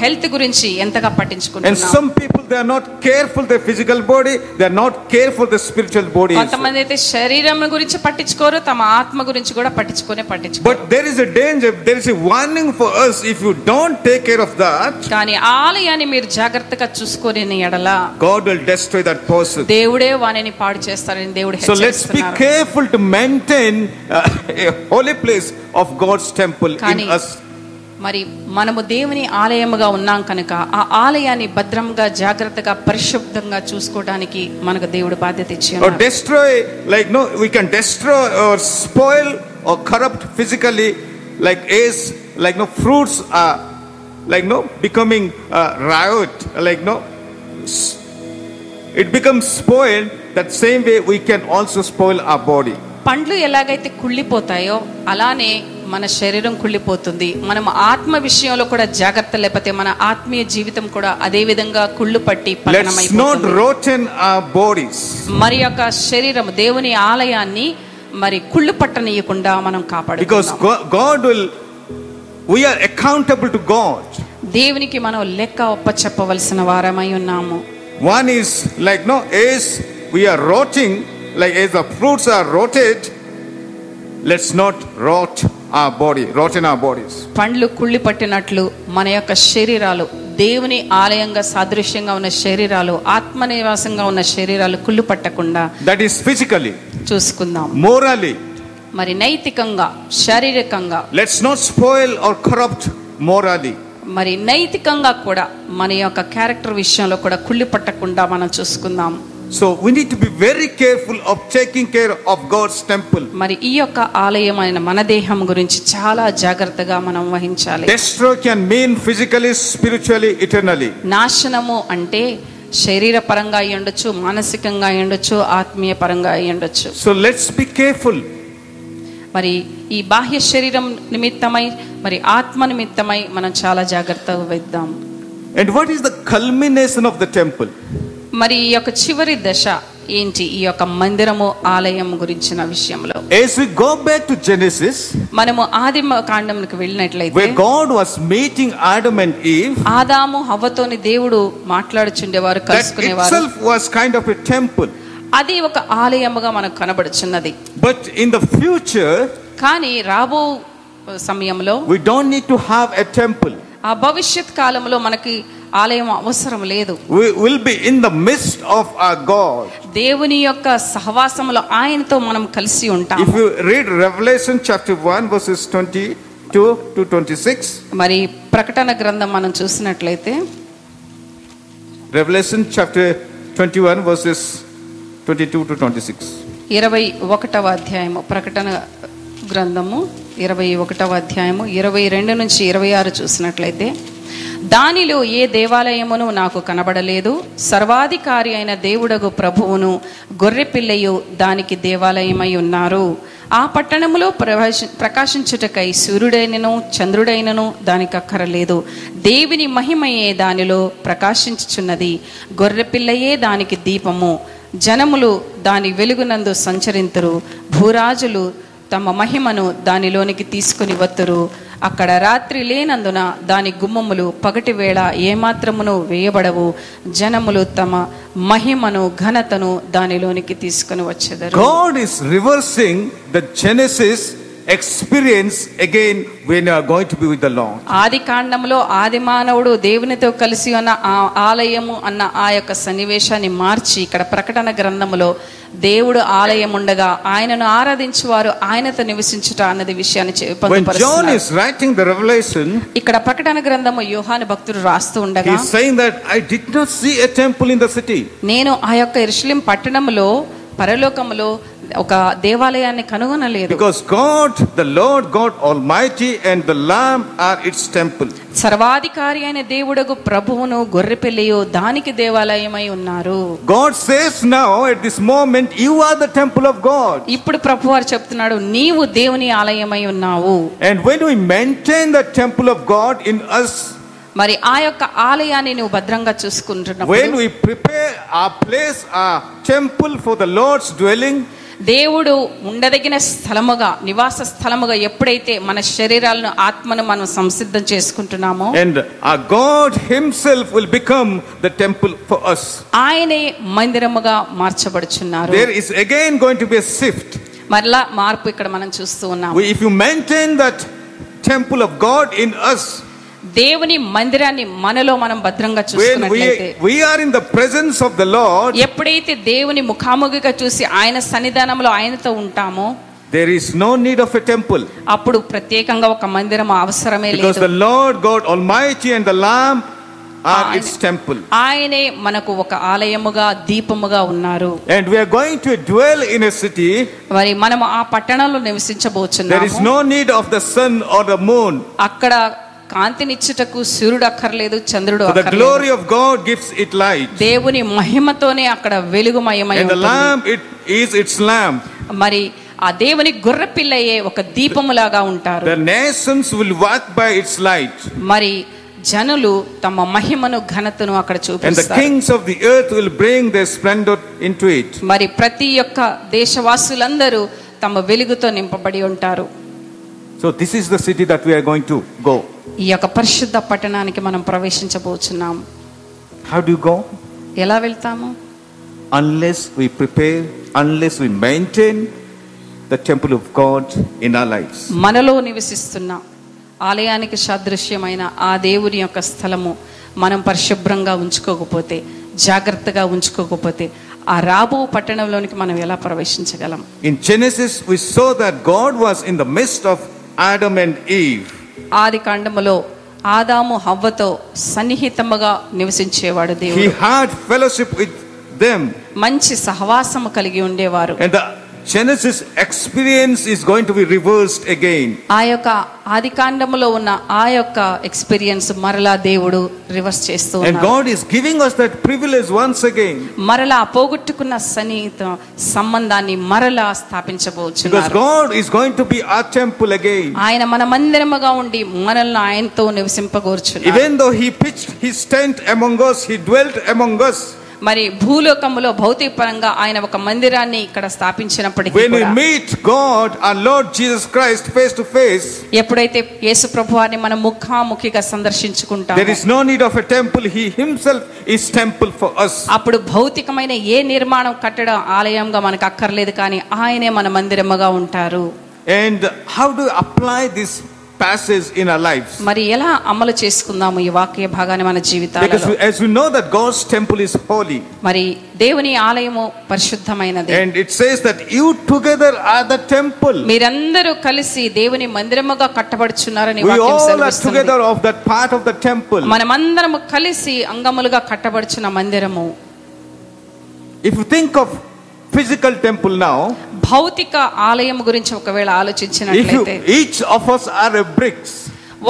హెల్త్ గురించి ఎంతగా and పట్టించుకుంటున్నాము some people they are not careful their physical body they are not careful their spiritual body as well. కొంతమంది అయితే శరీరం గురించి పట్టించుకోరు తమ ఆత్మ గురించి కూడా పట్టించుకోనే పట్టించుకోరు but there is a danger there is a warning for us if you don't take care of that కానీ ఆ ఆలయాన్ని మీరు జాగ్రత్తగా చూసుకోలేని ఎడల god will destroy that person దేవుడే వానిని పాడు చేస్తారని దేవుడు So let's be హెచ్చరిస్తున్నారు. careful to maintain uh, a holy place of God's temple in కానీ us. మరి మనము దేవుని ఆలయముగా ఉన్నాం కనుక ఆ ఆలయాన్ని భద్రంగా జాగ్రత్తగా పరిశుద్ధంగా చూసుకోవడానికి మనకు దేవుడు బాధ్యత ఇచ్చి Or ఉన్నాడు. destroy, like, no, we can destroy or spoil or corrupt physically, like, is, like, no, fruits are, like, no, becoming uh, riot, like, no, s- it becomes spoiled. That same way, we can also spoil our body. పండ్లు ఎలాగైతే కుళ్ళిపోతాయో అలానే మన శరీరం కుళ్ళిపోతుంది మనం ఆత్మ విషయంలో కూడా జాగ్రత్త లేకపోతే మన ఆత్మీయ జీవితం కూడా అదే విధంగా కుళ్ళు పట్టి Let's not పతనమైపోతుంది. rotten our bodies. మరి యొక్క శరీరం దేవుని ఆలయాన్ని మరి కుళ్ళు పట్టనీయకుండా మనం కాపాడు Because Go- God will, we are accountable to God. దేవునికి మనం లెక్క ఒప్ప చెప్పవలసిన వారమై ఉన్నాము One is like, no, as we are rotting, like as the fruits are rotted, let's not rot our body, rot in our bodies. పండ్లు కుళ్ళి పట్టినట్లు మన యొక్క శరీరాలు దేవుని ఆలయంగా సాదృశ్యంగా ఉన్న శరీరాలు ఆత్మనివాసంగా ఉన్న శరీరాలు కుళ్ళు పట్టకుండా that is physically, చూసుకుందాం morally. మరి నైతికంగా శారీరకంగా Let's not spoil or corrupt morally. మరి నైతికంగా కూడా మన యొక్క క్యారెక్టర్ విషయంలో కూడా కుళ్ళి పట్టకుండా మనం చూసుకుందాం So we need to be very careful of taking care of God's temple. మరి ఈ యొక్క ఆలయం అయిన మన దేహం గురించి చాలా జాగ్రత్తగా మనం వహించాలి Destroy can mean physically, spiritually, eternally. నాశనము అంటే శరీర పరంగా అయి ఉండొచ్చు మానసికంగా అయి ఉండొచ్చు ఆత్మీయ పరంగా అయి ఉండొచ్చు So let's be careful. మరి ఈ బాహ్య శరీరం నిమిత్తమై మరి ఆత్మ నిమిత్తమై మనం చాలా జాగ్రత్త వహిద్దాం And what is the culmination of the temple? మరి ఈ యొక్క చివరి దశ ఏంటి ఈ యొక్క మందిరము ఆలయం గురించిన విషయంలో As we go back to Genesis, మనము ఆదిమ కాండంకి వెళ్ళినట్లయితే where God was meeting Adam and Eve, ఆదాము హవ్వతోని దేవుడు మాట్లాడుచుండేవారు that కలుసుకునేవారు itself was kind of a temple. అది ఒక ఆలయముగా మనకు కనబడుచున్నది But in the future, కానీ రాబో సమయంలో we don't need to have a temple. ఆ భవిష్యత్ కాలంలో మనకి ఆలయం అవసరం లేదు We will be in the midst of our God. దేవుని యొక్క సహవాసంలో ఆయనతో మనం కలిసి ఉంటాం If you read Revelation chapter 1, verses 22 to 26, మరి ప్రకటన గ్రంథం మనం చూసినట్లయితే Revelation chapter 21, verses 22 to 26. ఇరవై ఒకటవ అధ్యాయము ప్రకటన గ్రంథము ఇరవై ఒకటవ అధ్యాయము ఇరవై రెండు నుంచి ఇరవై ఆరు చూసినట్లయితే దానిలో ఏ దేవాలయమును నాకు కనబడలేదు సర్వాధికారి అయిన దేవుడగు ప్రభువును గొర్రెపిల్లయు దానికి దేవాలయమై ఉన్నారు ఆ పట్టణములో ప్రవేశ ప్రకాశించుటకై సూర్యుడైనను చంద్రుడైనను దానికి అక్కరలేదు దేవుని మహిమయే దానిలో ప్రకాశించుచున్నది గొర్రెపిల్లయే దానికి దీపము జనములు దాని వెలుగునందు సంచరింతురు భూరాజులు తమ మహిమను దానిలోనికి తీసుకుని వత్తురు అక్కడ రాత్రి లేనందున దాని గుమ్మములు పగటి వేళ ఏమాత్రమును వేయబడవు జనములు తమ మహిమను ఘనతను దానిలోనికి తీసుకుని వచ్చెదరు God is reversing the Genesis experience again when you are going to be with the Lord. ఆది కాండంలో ఆది మానవుడు దేవునితో కలిసి ఉన్న ఆ ఆలయము అన్న ఆ యొక్క సన్నివేశాన్ని మార్చి ఇక్కడ ప్రకటన గ్రంథములో దేవుడు ఆలయం ఉండగా ఆయనను ఆరాధించువారు ఆయనతో నివసించుట అన్నది విషయాన్ని చె- When John పొందుపరుస్తున్నారు. is writing the Revelation, ఇక్కడ ప్రకటన గ్రంథము యోహాను భక్తుడు రాస్తూ he ఉండగా is saying that I did not see a temple in the city. నేను ఆ యొక్క ఇరుషులిం పట్టణములో పరలోకములో ఒక దేవాలయాన్ని కనుగొనలేదు Because God, the Lord God Almighty and the Lamb are its temple. సర్వాధికారి అయిన దేవుడకు ప్రభువును గొర్రెపిల్లియు దానికి దేవాలయమై ఉన్నారు God says now at this moment, you are the temple of God. ఇప్పుడు ప్రభువారు చెప్తున్నాడు నీవు దేవుని ఆలయమై ఉన్నావు And when we maintain the temple of God in us, మరి ఆ యొక్క ఆలయాన్ని నువ్వు భద్రంగా చూసుకుంటున్నావు when we prepare our place, our temple for the Lord's dwelling, దేవుడు ఉండదగిన స్థలముగా నివాస స్థలముగా ఎప్పుడైతే మన శరీరాలను ఆత్మను మనం సంసిద్ధం చేసుకుంటున్నామో and our God Himself will become the temple for us. ఆయనే మందిరముగా మార్చబడుచున్నారు There is again going to be a shift. మరలా మార్పు ఇక్కడ మనం చూస్తూ ఉన్నాము We- If you maintain that temple of God in us, దేవుని మందిరాన్ని మనలో మనం భద్రంగా when చూసుకున్నట్లయితే we, we are in the presence of the Lord, ఎప్పుడైతే దేవుని ముఖాముఖిగా చూసి ఆయన సన్నిధానంలో ఆయనతో ఉంటామో there is no need of a temple. అప్పుడు ప్రత్యేకంగా ఒక మందిరం అవసరమే Because లేదు the Lord God Almighty and the Lamb are Amen. its temple. ఆయనే మనకు ఒక ఆలయముగా దీపముగా ఉన్నారు And we are going to dwell in a city. మరి మనము ఆ పట్టణంలో There is నివసించబోచున్నాము no need of the sun or the moon. అక్కడ కాంతినిచ్చుటకు సూర్యుడు అక్కర్లేదు చంద్రుడు For the అక్కర్లేదు glory of God gives it light. దేవుని మహిమతోనే అక్కడ వెలుగుమయమై And the ఉంటుంది. Lamb it is its lamp. మరి ఆ దేవుని గొర్రెపిల్లయే ఒక దీపములాగా ఉంటారు The nations will walk by its light. మరి జనులు తమ మహిమను ఘనతను అక్కడ And the చూపిస్తారు kings of the earth will bring their splendor into it. మరి ప్రతి యొక్క దేశవాసులందరూ తమ వెలుగుతో నింపబడి ఉంటారు So this is the city that we are going to go. ఈ యొక్క పరిశుద్ధ పట్టణానికి మనం ప్రవేశించబోచున్నాం How do you go? ఎలా వెళ్తాము Unless we prepare, unless we maintain the temple of God in our lives. మనలో నివసిస్తున్న ఆలయానికి సాదృశ్యమైన ఆ దేవుని యొక్క స్థలము మనం పరిశుభ్రంగా ఉంచుకోకపోతే జాగ్రత్తగా ఉంచుకోకపోతే ఆ రాబో పట్టణంలోనికి మనం ఎలా ప్రవేశించగలం In Genesis, we saw that God was in the midst of Adam and Eve. ఆది కాండములో ఆదాము హవ్వతో సన్నిహితముగా నివసించేవాడు He దేవుడు had fellowship with them. మంచి సహవాసము కలిగి ఉండేవారు And the Genesis experience is going to be reversed again. ఆ యొక్క ఆది కాండములో ఉన్న ఆ యొక్క ఎక్స్పీరియన్స్ మరలా దేవుడు రివర్స్ చేస్తూ And ఉన్నాడు. God is giving us that privilege once again. మరలా ఆ పోగొట్టుకున్న సన్నిహిత సంబంధాన్ని మరలా స్థాపించబోచున్నారు Because God is going to be our temple again. ఆయన మన మందిరముగా ఉండి మనల్ని ఆయనతో నివసింపగోర్చున్నారు Even though He pitched His tent among us, He dwelt among us. మరి భూలోకములో భౌతిక పరంగా ఆయన ఒక మందిరాన్ని ఇక్కడ స్థాపించినప్పటికీ When we కూడా meet God, our Lord Jesus Christ, face to face, ఎప్పుడైతే యేసు ప్రభువారిని మనం ముఖాముఖిగా సందర్శించుకుంటామో there is no need of a temple. He Himself is temple for us. అప్పుడు భౌతికమైన ఏ నిర్మాణం కట్టడం ఆలయంగా మనకు అక్కర్లేదు కానీ ఆయనే మన మందిరముగా ఉంటారు And how do we apply this passage in our lives? మరి ఎలా అమలు చేసుకుందాము ఈ వాక్య భాగాన్ని మన Because జీవితాలలో we- as we know that God's temple is holy, మరి దేవుని ఆలయము పరిశుద్ధమైనది and it says that you together are the temple. మీరందరూ కలిసి దేవుని మందిరముగా కట్టబడుచున్నారని We వాక్యం all are సెలవిస్తుంది. together of that part of the temple. మనమందరము కలిసి అంగములుగా కట్టబడుచున్న మందిరము If you think of physical temple now, భౌతిక ఆలయం గురించి ఒకవేళ if you, ఆలోచించినట్లయితే each of us are a bricks.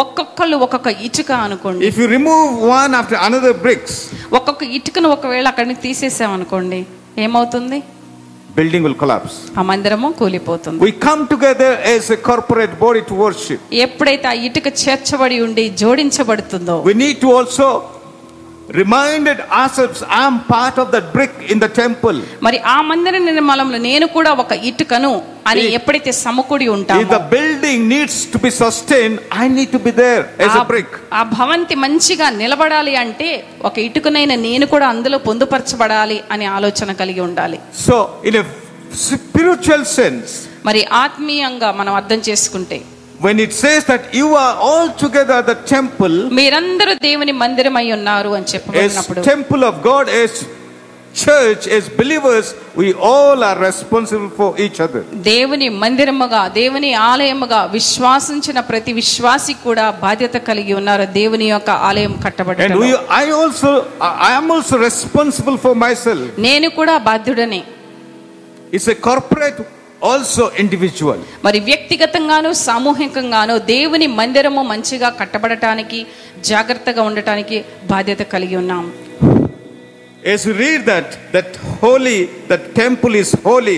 ఒక్కొక్కళ్ళు ఒక్కొక్క ఇటుక అనుకోండి If you remove one after another bricks, ఒక్కొక్క ఇటుకను ఒకవేళ అక్కడి నుంచి తీసేసాం అనుకోండి ఏమవుతుంది building will collapse. ఆ మందిరము కూలిపోతుంది We come together as a corporate body to worship. ఎప్పుడైతే ఆ ఇటుక చేర్చబడి ఉండి జోడించబడుతుందో We need to also remind ourselves I'm part of that brick in the temple. మరి ఆ మందిర నిర్మాణంలో నేను కూడా ఒక ఇటుకను అని ఎప్పుడైతే సమకూడి If ఉంటామో the building needs to be sustained, I need to be there as a ఆ- brick. ఆ భవంతి మంచిగా నిలబడాలి అంటే ఒక ఇటుకనైన నేను కూడా అందులో పొందుపరచబడాలి అనే ఆలోచన కలిగి ఉండాలి So, in a spiritual sense, మరి ఆత్మీయంగా మనం అర్థం చేసుకుంటే when it says that you are all together the temple, మీరందరూ దేవుని మందిరం అయి ఉన్నారు అని as చెప్పబడినప్పుడు temple of God, as church, as believers, we all are responsible for each other. దేవుని మందిరముగా దేవుని ఆలయముగా విశ్వాసించిన ప్రతి విశ్వాసి కూడా బాధ్యత కలిగి ఉన్నారు దేవుని యొక్క ఆలయం కట్టబడి And we, I also, I I am also responsible for myself. నేను కూడా బాధ్యుడనే It's a corporate, also individual. మరి వ్యక్తిగతంగాను సామూహికంగాను దేవుని మందిరము మంచిగా కట్టబడటానికి జాగ్రత్తగా ఉండటానికి బాధ్యత కలిగి ఉన్నాం As we read that, that holy, that temple is holy,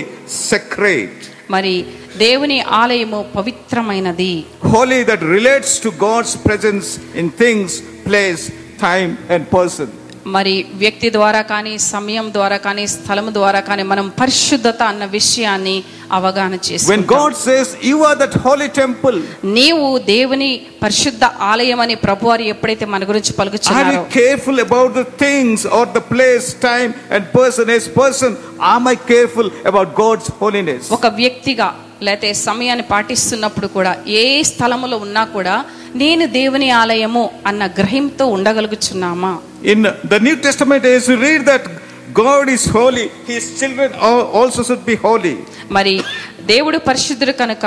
sacred. మరి దేవుని ఆలయము పవిత్రమైనది Holy that relates to God's presence in things, place, time, and person. మరి వ్యక్తి ద్వారా కానీ సమయం ద్వారా కానీ స్థలం ద్వారా కానీ మనం పరిశుద్ధత అన్న విషయాన్ని అవగాహన When చేసుకుంటాం God says, You are that holy temple, నీవు దేవుని పరిశుద్ధ ఆలయం అని ప్రభువారు ఎప్పుడైతే మన గురించి are పలుకుచున్నారో you careful about the things or the place, time, and person? As person, am I careful about God's holiness? ఒక వ్యక్తిగా లేతే సమయాన్ని పాటిస్తున్నప్పుడు కూడా ఏ స్థలములో ఉన్నా కూడా నేను దేవుని ఆలయము అన్న గ్రహింతో ఉండగలుగుచున్నామా In the New Testament, as you read that God is holy, His children al- also should be holy. మరి దేవుడు పరిశుద్ధుడు కనుక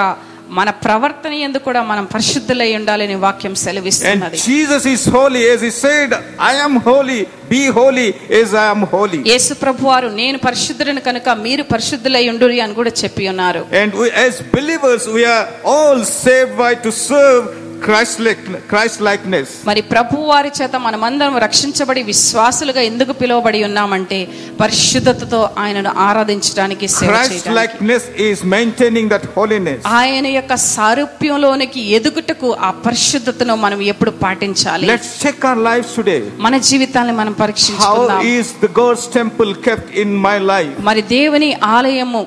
మన ప్రవర్తన ఎందు కూడా మనం పరిశుద్ధులై ఉండాలని వాక్యం And సెలవిస్తున్నది Jesus is holy, as He said, I am holy, be holy as I am holy. యేసు ప్రభువారు నేను పరిశుద్ధులను కనుక మీరు పరిశుద్ధులై ఉండురి అని కూడా చెప్పి ఉన్నారు And we, as believers, we are all saved by to serve Christ-like, Christ-likeness. మరి ప్రభువారి చేత మనమందరం రక్షించబడి విశ్వాసులుగా ఎందుకు పిలువబడి ఉన్నామంటే పరిశుద్ధతతో ఆయనను ఆరాధించడానికి సేవ చేయడానికి Christ-likeness is maintaining that holiness. ఆయన యొక్క సారూప్యంలోనికి ఎదుగుటకు ఆ పరిశుద్ధతను మనం ఎప్పుడు పాటించాలి Let's check our lives today. మన జీవితాన్ని మనం How పరీక్షించుకుందాం is the God's temple kept in my life? మరి దేవుని ఆలయము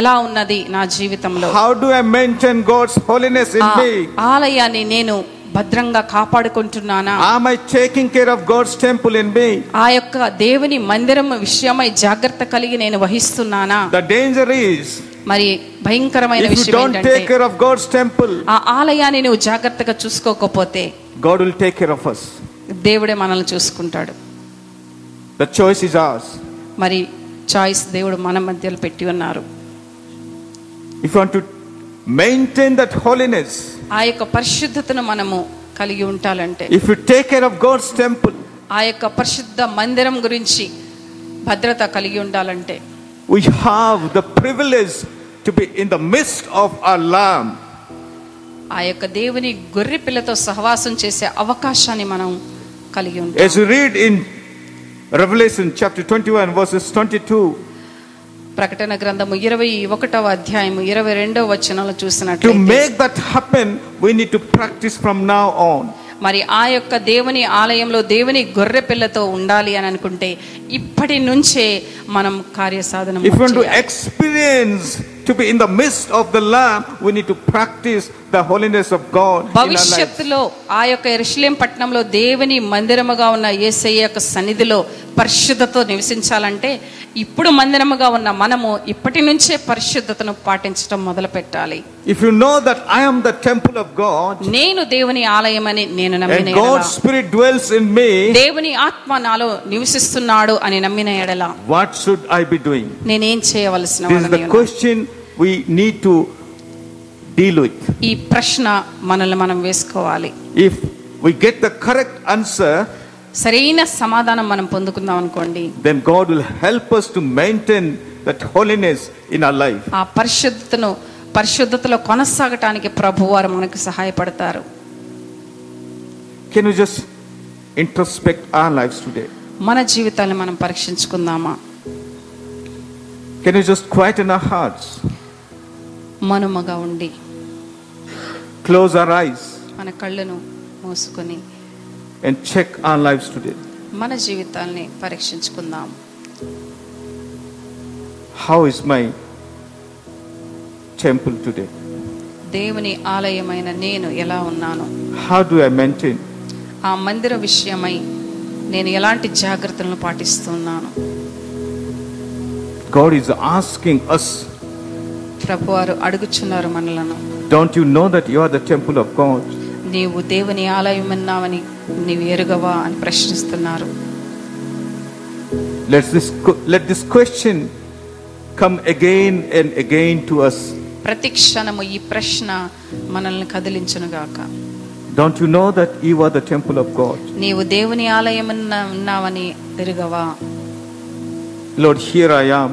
ఎలా ఉన్నది నా జీవితంలో How do I maintain God's holiness in ఆ me? ఆలయాన్ని నేను భద్రంగా కాపాడుకుంటున్నానా Am I taking care of God's temple in me? ఆ యొక్క దేవుని మందిరం విషయమై జాగ్రత్త కలిగి నేను వహిస్తున్నానా The danger is మరి భయంకరమైన if you విషయం don't ఏంటంటే take care of God's temple, ఆ ఆలయాన్ని నువ్వు జాగ్రత్తగా చూసుకోకపోతే God will take care of us. దేవుడే మనల్ని చూసుకుంటాడు The choice is ours. మరి చాయిస్ దేవుడు మన మధ్యలో పెట్టి ఉన్నారు If you want to maintain that holiness, ఆ యొక్క పరిశుద్ధతను మనము కలిగి ఉండాలంటే if you take care of God's temple, ఆ యొక్క పరిశుద్ధ మందిరం గురించి భద్రత కలిగి ఉండాలంటే we have the privilege to be in the midst of our Lamb. ఆ యొక్క దేవుని గొర్రె పిల్లతో సహవాసం చేసే అవకాశాన్ని మనం కలిగి ఉంటాం As we read in Revelation chapter 21, verses 22, ప్రకటన గ్రంథము ఇరవై ఒకటవ అధ్యాయము ఇరవై రెండవ వచనంలో to చూసినట్లయితే make that happen, we need to practice from now on. మరి ఆ యొక్క దేవుని ఆలయంలో దేవుని గొర్రె పిల్లతో ఉండాలి అని అనుకుంటే ఇప్పటి నుంచే మనం కార్యసాధన If you want to experience to be in the midst of the Lamb, we need to practice the holiness of God. in our lives. భవిష్యత్తులో ఆ యొక్క ఎరుషులేం పట్టణంలో దేవుని మందిరముగా ఉన్న యేసయ్య యొక్క సన్నిధిలో పరిశుద్ధతో నివసించాలంటే ఇప్పుడు మందిరముగా ఉన్న మనము ఇప్పటి నుంచే పరిశుద్ధతను పాటించడం మొదలు పెట్టాలి If you know that I am the temple of God నేను దేవుని ఆలయమని నేను నమ్మిన and ఎడల, God's Spirit dwells in me, దేవుని ఆత్మ నాలో నివసిస్తున్నాడు అని నమ్మిన ఎడల what should I be doing? నేనేం చేయవలసిన This is వాడినై the ఉన్నాను? question we need to deal with. ఈ ప్రశ్న మనల్ని మనం వేసుకోవాలి If we get the correct answer, సరైన సమాధానం మనం పొందుకుందాం అనుకోండి then God will help us to maintain that holiness in our life. ఆ పరిశుద్ధతను పరిశుద్ధతలో కొనసాగటానికి ప్రభువారు మనకు సహాయపడతారు Can you just introspect our lives today? మన జీవితాన్ని మనం పరీక్షించుకుందామా Can you just quieten our hearts, మనుమగా ఉండి close our eyes, మన కళ్ళను మూసుకొని and check our lives today? మన జీవితాల్ని పరీక్షించుకుందాం How is my temple today? దేవుని ఆలయమైన నేను ఎలా ఉన్నాను How do I maintain? ఆ మందిర విషయమై నేను ఎలాంటి జాగ్రత్తలను పాటిస్తున్నాను God is asking us, ప్రభువారు అడుగుచున్నారు మనలను don't you know that you are the temple of God? నీవు దేవుని ఆలయం అన్నావని నీవు ఎరుగవా అని ప్రశ్నిస్తున్నారు Let this, let this question come again and again to us. ప్రతి క్షణము ఈ ప్రశ్న మనల్ని కదిలించునుగాక Don't you know that you are the temple of God? నీవు దేవుని ఆలయం ఉన్నావని ఎరుగవా Lord, here I am.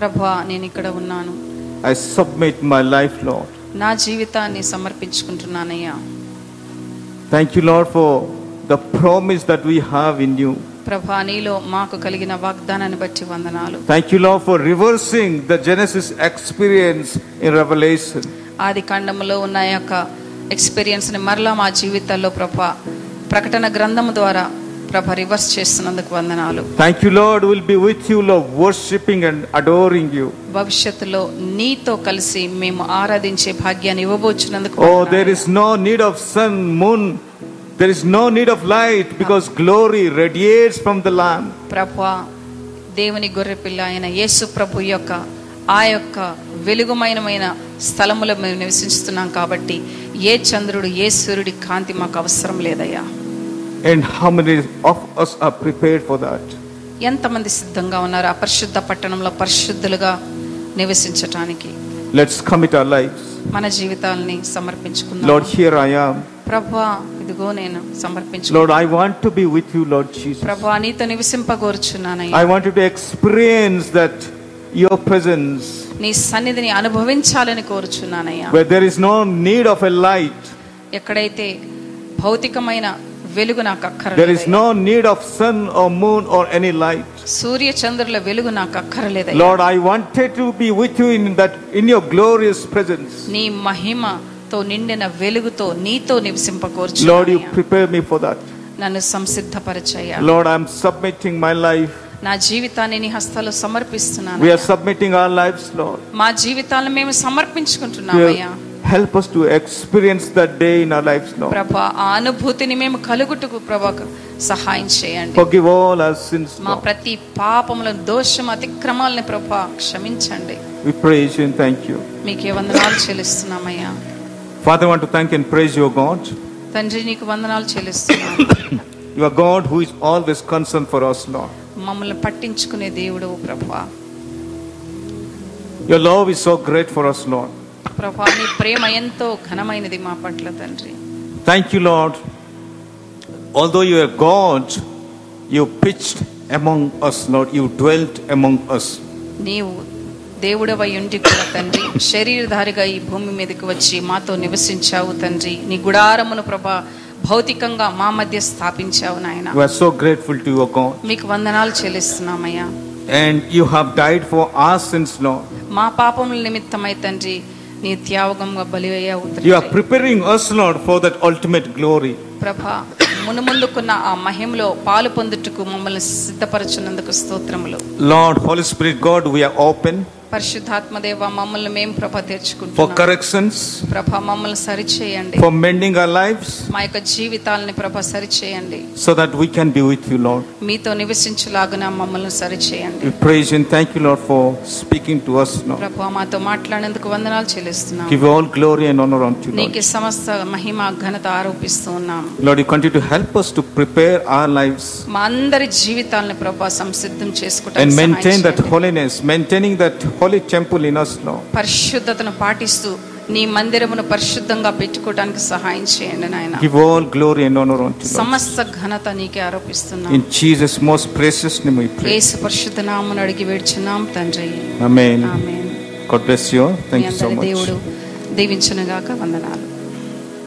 ప్రభా నేను ఇక్కడ ఉన్నాను I submit my life, Lord. నా జీవితాన్ని సమర్పించుకుంటున్నానయ్యా Thank you, Lord, for the promise that we have in you. ప్రభా నీలో మాకు కలిగిన వాగ్దానాన్ని బట్టి వందనాలు Thank you, Lord, for reversing the Genesis experience in Revelation. ఆది కాండములో ఉన్న ఆ యొక్క ఎక్స్పీరియన్స్ని మరలా మా జీవితాల్లో ప్రభా ప్రకటన గ్రంథము ద్వారా ప్రభ రివర్స్ చేస్తున్నందుకు వందనాలు Thank you, Lord, we'll be with you, Lord, worshipping and adoring you. భవిష్యత్తులో నీతో కలిసి మేము ఆరాధించే భాగ్యాన్ని ఇవ్వబోచున్నందుకు Oh, వందనాలు. there is no need of sun, moon. There is no need of light because glory radiates from the Lamb. ప్రభువా దేవుని గొర్రెపిల్ల అయిన యేసు ప్రభు యొక్క ఆ యొక్క వెలుగుమయమైన స్థలములో మేము నివసిస్తున్నాం కాబట్టి ఏ చంద్రుడు ఏ సూర్యుడి కాంతి మాకు అవసరం లేదయ్యా And how many of us are prepared for that? ఎంతమంది సిద్ధంగా ఉన్నారు ఆ పరిశుద్ధ పట్టణంలో పరిశుద్ధులుగా నివసించటానికి Let's commit our lives. మన జీవితాల్ని సమర్పించుకుందాం Lord, here I am. ప్రభా ఇదిగో నేను సమర్పించు Lord, I want to be with you, Lord Jesus. ప్రభా నీతో నివసింపగోరుచున్నానయ్యా I want you to experience that your presence నీ సన్నిధిని అనుభవించాలని కోరుచున్నానయ్యా where there is no need of a light, ఎక్కడైతే భౌతికమైన వెలుగు నాకు there is అక్కర్లేదు no need of sun or moon or any light. సూర్య చంద్రుల వెలుగు నాకు అక్కర్లేదు Lord, I wanted to be with you in that in your glorious presence. నీ మహిమతో నిండిన వెలుగుతో నీతో నివసింపకోర్చు Lord, you prepare me for that. నన్ను సంసిద్ధపరచయ్యా Lord, I'm submitting my life. నా జీవితాన్ని నీ హస్తాలు సమర్పిస్తున్నాను We are submitting our lives, Lord. మా జీవితాలను మేము You సమర్పించుకుంటున్నామయ్యా help us to experience that day in our lives, Lord. ప్రభా ఆ అనుభూతిని మేము కలుగుటకు ప్రభాకు సహాయం చేయండి Forgive all our sins, మా Lord. ప్రతి పాపముల దోషం అతిక్రమాలని ప్రభా క్షమించండి We praise you and thank you. మీకే వందనాలు చెల్లిస్తున్నామయ్యా Father, I want to thank and praise you, O God. తండ్రి నీకు వందనాలు చెల్లిస్తున్నాను You are God who is always concerned for us, Lord. మమ్మల్ని పట్టించుకునే దేవుడు ప్రభా Your love is so great for us, Lord. ప్రభా నీ ప్రేమ ఎంతో ఘనమైనది మా పట్ల తండ్రి Thank you, Lord. Although you are God, you pitched among us, Lord. You dwelt among us. నీవు దేవుడవై ఉండి కూడా తండ్రి శరీరధారిగా ఈ భూమి మీదకి వచ్చి మాతో నివసించావు తండ్రి నీ గుడారమును ప్రభా భౌతికంగా మా మధ్య స్థాపించావు నాయన We are so grateful to you, O God. మీకు వందనాలు చెల్లిస్తున్నామయ్యా And you have died for our sins, Lord. మా పాపముల నిమిత్తమై తండ్రి నీ త్యాగంగా బలి అయ్యావు You are తండ్రి preparing us, Lord, for that ultimate glory. ప్రభా మునుముందుకున్న ఆ మహిమలో పాలు పొందుటకు మమ్మల్ని సిద్ధపరచున్నందుకు స్తోత్రములు Lord, Holy Spirit, God, we are open పరిశుద్ధాత్మదేవ మమ్మల్ని మేము ప్రభ for తెచ్చుకుంటున్నాం corrections, ప్రభా మమ్మల్ని సరిచేయండి for mending our lives, మా యొక్క జీవితాలని ప్రభ సరిచేయండి so that we can be with you, Lord. మీతో నివసించలాగున మమ్మల్ని సరిచేయండి We praise and thank you, Lord, for speaking to us, Lord. ప్రభు మాతో మాట్లాడేందుకు వందనాలు చెల్లిస్తున్నాం Give all glory and honor unto you, Lord. నీకు సమస్త మహిమ ఘనత ఆరోపిస్తూ ఉన్నాం Lord, you continue to help us to prepare our lives మా అందరి జీవితాలను ప్రభా సంసిద్ధం చేసుకుంటాం and maintain that holiness, maintaining that holy temple in us, Lord. పరిశుద్ధతను పాటిస్తూ నీ మందిరమును పరిశుద్ధంగా పెట్టుకోవడానికి సహాయం చేయండి నాయన Give all glory and honor unto you, Lord. సమస్త ఘనత నీకే ఆరోపిస్తున్నాం In Jesus' most precious name we pray. యేసు పరిశుద్ధ నామను అడిగి వేడుచున్నాం తండ్రి Amen. Amen God bless you. all. Me Thank you so అందరి much. దేవుడు దీవించునుగాక వందనాలు